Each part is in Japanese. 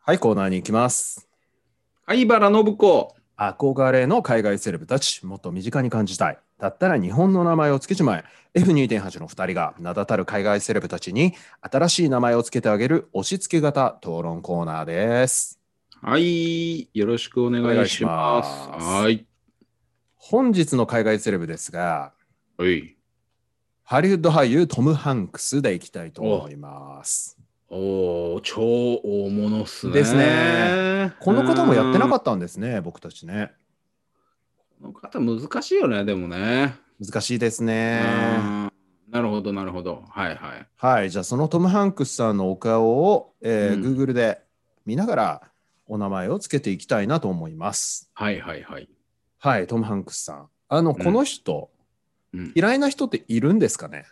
はい、コーナーに行きます。相原信子。憧れの海外セレブたち、もっと身近に感じたい。だったら日本の名前を付けちまえ。F2.8 の2人が名だたる海外セレブたちに新しい名前を付けてあげる押し付け型討論コーナーです。はい。よろしくお願いします。お願いしますはい。本日の海外セレブですが、はい。ハリウッド俳優トム・ハンクスでいきたいと思います。おお、超大物っすね。ですね。この方もやってなかった。ったんですね、僕たちね。この方難しいよね、でもね。難しいですね。うんなるほど、なるほど。はいはい。はい、じゃあそのトム・ハンクスさんのお顔を、えーうん Google で見ながらお名前をつけていきたいなと思います。はいはいはい。はい、トム・ハンクスさん。あの、んこの人、うん嫌いな人っているんですかね,、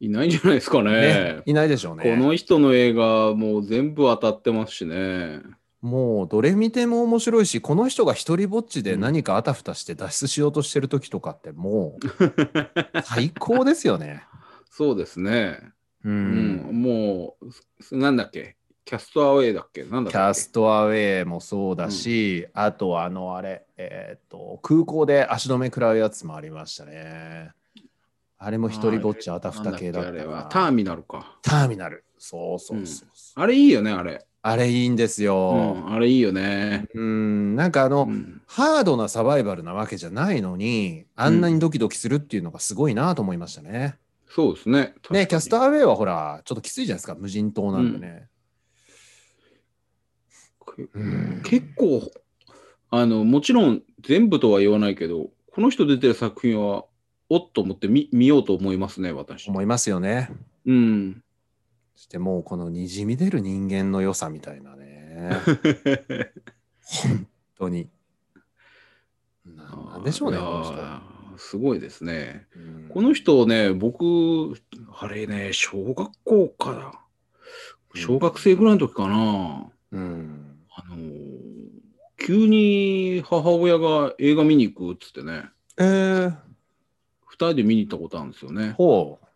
いないんじゃないですかねね。いないでしょうね。この人の映画、もう全部当たってますしね。もうどれ見ても面白いし、この人が一人ぼっちで何かあたふたして脱出しようとしてる時とかっても う最高ですよね。そうですね。う。うんん、もう、すなんだっけキャストアウェイだっけなんだっキけャストアウェイもそうだし、あとあのあれ、えーっと空港で足止め食らうやつもありましたね。あれも一人ぼっちあたふた系だったなんっけあれなはターミナルか。ターミナル。そうそうそうそう、あれいいよね、あれ。あれいいんですうよ。ん、あれいいよね。うん、なんかあの、うんハードなサバイバルなわけじゃないのに、あんなにドキドキするっていうのがすごいなと思いましたね。そうですね。ね、キャストーアウェイはほら、ちょっときついじゃないですか、無人島なんでね。うん結構、あの、もちろん全部とは言わないけど、この人出てる作品は、おっと思って見見ようと思いますね、私。思いますよね。うん。そしてもうこのにじみ出る人間の良さみたいな ね本当にな なんでしょうねいこやのーすごいですね。人、うんこの人ね、僕、あれね、小学校から、小学生ぐらいの時かな、うんあのー急に母親が映画見に行くっつってね、えー、二人で見に行ったことあるんですよね。ほう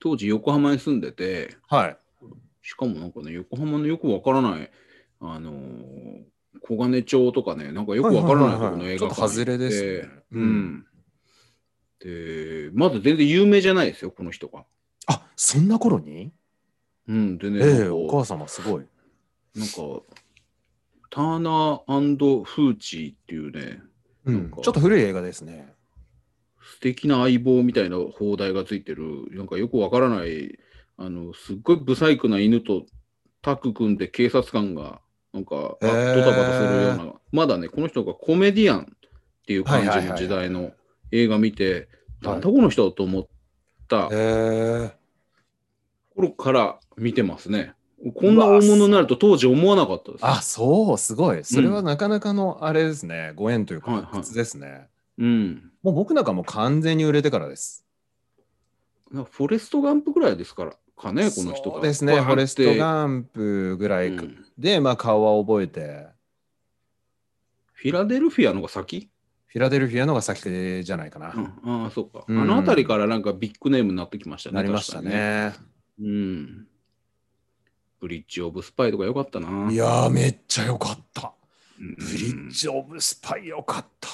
当時横浜に住んでて、はいしかもなんかね、横浜のよくわからない、あのー小金町とかね、なんかよくわからないところの映ちょ画っと外れ館に行ってですねううんん。で、まだ全然有名じゃないですよ、この人が。あそんな頃にうん、でね、ええなんかお母様すごいなんか、ターナーフーチーっていうね、うなんんかちょっと古い映画ですね素敵な相棒みたいな砲台がついてる、なんかよくわからない、あの、すっごいブサイクな犬とタッグ組んで警察官が、なんか、あドへータバタするような、まだね、この人がコメディアンっていう感はいじはいのはい時代の映画見て、はいなんだこの人と思ったえー、頃から見てますね。こんな大物になると当時思わなかったです。あそうすごいそれはなかなかのあれですね、ご縁というかはいはい発掘ですね、うん。もう僕なんかもう完全に売れてからですなんかフォレスト・ガンプぐらいですからかね、この人が。そうですねフォレスト・ンガンプぐらいかうんで、まあ、顔は覚えて、フィラデルフィアのが先、フィラデルフィアのが先じゃないかな。うん、ああ、そうか。うんあの辺りからなんかビッグネームになってきましたね。なりました確かね。にね。うん。ブリッジ・オブ・スパイとか良かったな。いやー、めっちゃ良かった。うん、ブリッジ・オブ・スパイ良かった。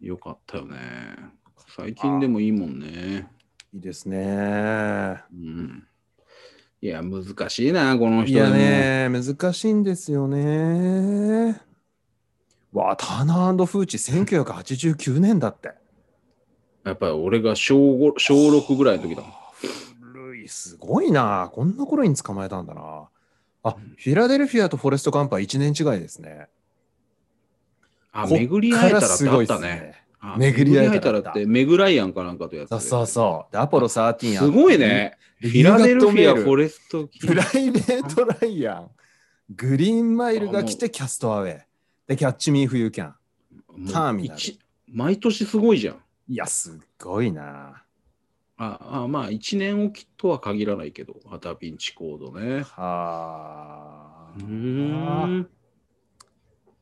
良かったよね。最近でもいいもんね。いいですね。うん。いや、難しいな、このい人でやも。ね、難しいんですよね。わあ、ターナーフーチ、1989年だって。やっぱり俺が小5小6ぐらいの時だもん。古い、すごいな。こんな頃に捕まえたんだな。あ、フィラデルフィアとフォレスト・ガンプは1年違いですね。あ、こっ巡り会えかたらっすてあごいっっすたねね。あ巡り会えたら巡って、メグライアンかなんかとやってそうそうそう。で、アポロ13あってすごい。ね。フフィラデルフィア、フォレレストキプライベートライアン、グリーンマイルが来てキャストアウェイ。で、キャッチミーフユーキャン。ターミナル毎年すごいじゃん。いや、すごいな。ああまあ、1年おきとは限らないけど、あダヴィンチコードね。はあう。ーん。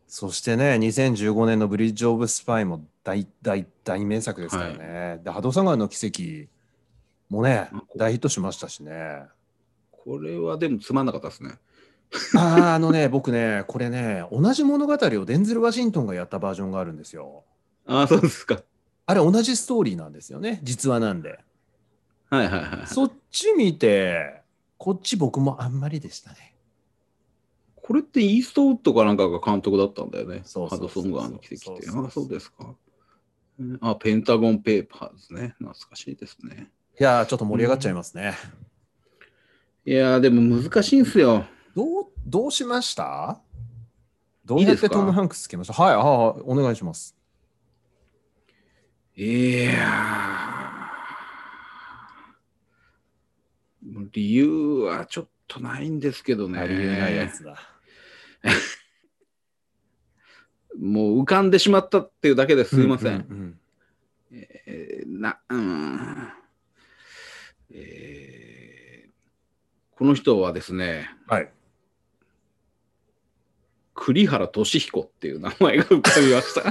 そしてね、2015年のブリッジ・オブ・スパイも大大大名作ですからね。で、ハドサガンの奇跡もねあこ、う大ヒットしましたしね。これはでもつまんなかったですね。あーあのね、僕ね、これね、同じ物語をデンゼル・ワシントンがやったバージョンがあるんですよ。ああ、そうですか。あれ同じストーリーなんですよね、実話なんで。はいはいはい。そっち見て、こっち僕もあんまりでしたね。これってイーストウッドかなんかが監督だったんだよね。そうそハうドそソうン川の奇跡って。そうそうそうああ、そうですか。うんあ、ペンタゴンペーパーズね。懐かしいですね。いやー、ちょっと盛り上がっちゃいますね。いやー、でも難しいんすよ。どう、どうしましたどういいやでってすかトム・ハンクスつけましたはい、はいはい、お願いします。いやー。もう理由はちょっとないんですけどね。ありえないやつだ。もう浮かんでしまったっていうだけですいません。うううんえーな、うん。えーこの人はですね、はい。栗原俊彦っていう名前が浮かびま した。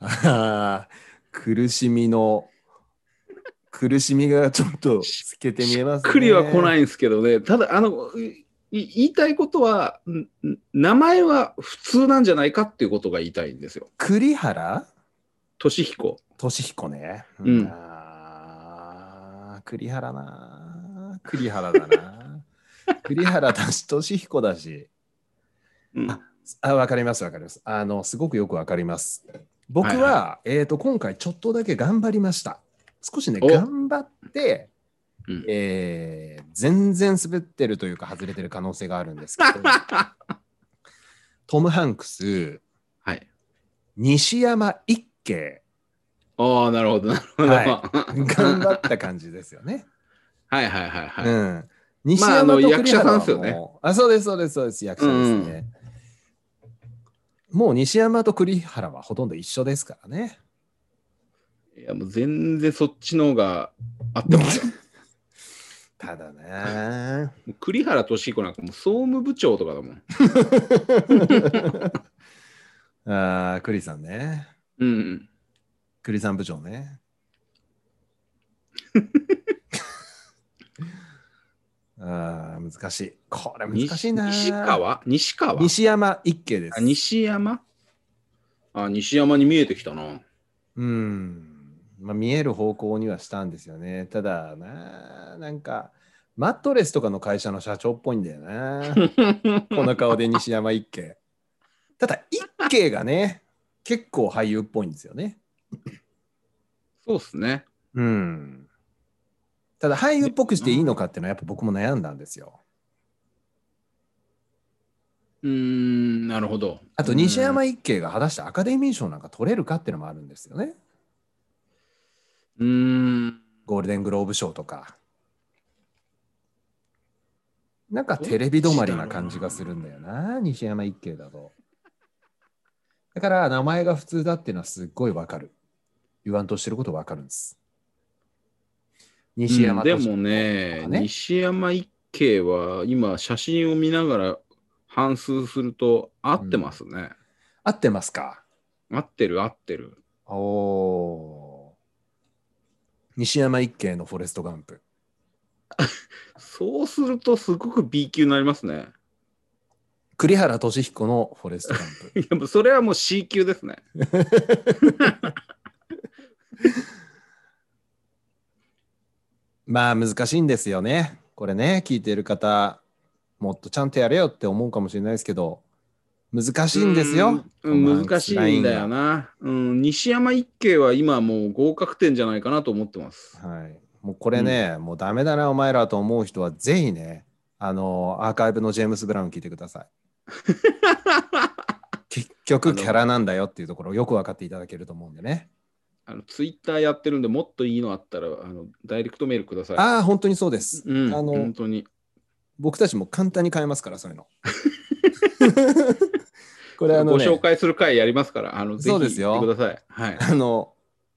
あー 苦しみの、苦しみがちょっと透けて見えますね。。栗は来ないいんですけどね、ただ、あの、いい言いたいことは、んん名前は普通なんじゃないかっていうことが言いたいんですよ。栗原俊彦。俊彦ね。うんあー栗原な。栗原だな。 栗原だし、俊彦だし。うんああ、わかります、わかります。あの、すごくよくわかります。僕は、えっ、と、今回ちょっとだけ頑張りました。少しね、お頑張って、うんえー全然滑ってるというか、外れてる可能性があるんですけ ど、トム・ハンクス、はい。西山一慶、ああ、なるほど、なるほど。 はい頑頑張った感じですよね。はいはいはいはい。うん。西まああ山のと栗原はもう、役者さんですよねあ、そうです、そうです、そうです、役者ですね。もう西山と栗原はほとんど一緒ですからね。いやもう全然そっちの方が合ってます よ。ただ ね。もう栗原俊彦なんかもう総務部長とかだもん。ああ、栗さんね。うん。栗さん部長 ね。ああ、難しい。これ難しいな。西川西川西山一慶であす。西山あ、西山に見えてき たな。うん。まあ、見える方向にはしたんですよね。ただな、なんか、マットレスとかの会社の社長っぽいんだよな。この顔で西山一慶。ただ、一慶がね、結構俳優っぽいんですよね。そうっすね。うん。ただ俳優っぽくしていいのかっていうのはやっぱ僕も悩んだんですよ。うーん、なるほど。あと西山一慶が果たしてアカデミー賞なんか取れるかっていうのもあるんですよね。うーん。ゴールデングローブ賞とか。なんかテレビ止まりな感じがするんだよな、西山一慶だと。だから名前が普通だっていうのはすっごいわかる。言わんとしてることわかるんです。西うん山で俊もねとかね西山一慶は今写真を見ながら反数すると合ってますね。合ってますか合ってる合ってる。おおー。西山一慶のフォレストガンプ。そうするとすごく B 級になりますね。栗原俊彦のフォレストガンプ。いやもうそれはもう C 級ですね。まあ難しいんですよね。これね、聞いてる方、もっとちゃんとやれよって思うかもしれないですけど、難しいんですよ。うんこの難しいんだよな。うん、西山一慶は今もう合格点じゃないかなと思ってます。はい。もうこれね、もうダメだな、お前らと思う人は、ぜひね、あの、アーカイブのジェームス・ブラウン聞いてくださ い。結局、キャラなんだよっていうところをよく分かっていただけると思うんでね。あのツイッターやってるんでもっといいのあったらあのダイレクトメールください。ああ、本当にそうです。うん、あの本当に。僕たちも簡単に変えますから、そういう の。これあの、ごね、紹介する回やりますから、あのぜひそうですよ行ってください。はい。あの、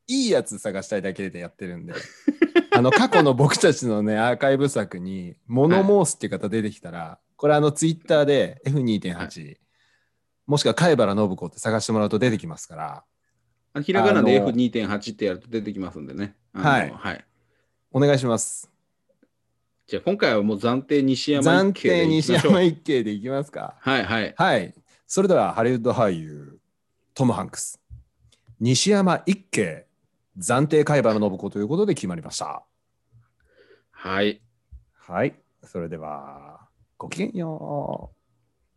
いいやつ探したいだけでやってるんで、 あの、過去の僕たちのね、アーカイブ作に、モノ申すっていう方出てきたら、これあの、ツイッターで F2.8、はもしくは貝原信子って探してもらうと出てきますから、あのひらがなであの F2.8 ってやると出てきますんでね。あのはいはい。お願いします。じゃあ今回はもう暫定西山暫一景で定いき西ましょう山一景でいきますか。はいはい。はい。それではハリウッド俳優、トム・ハンクス。西山一景、暫定海馬の信子ということで決まりました。はい。はい。それでは、ごきげんよう。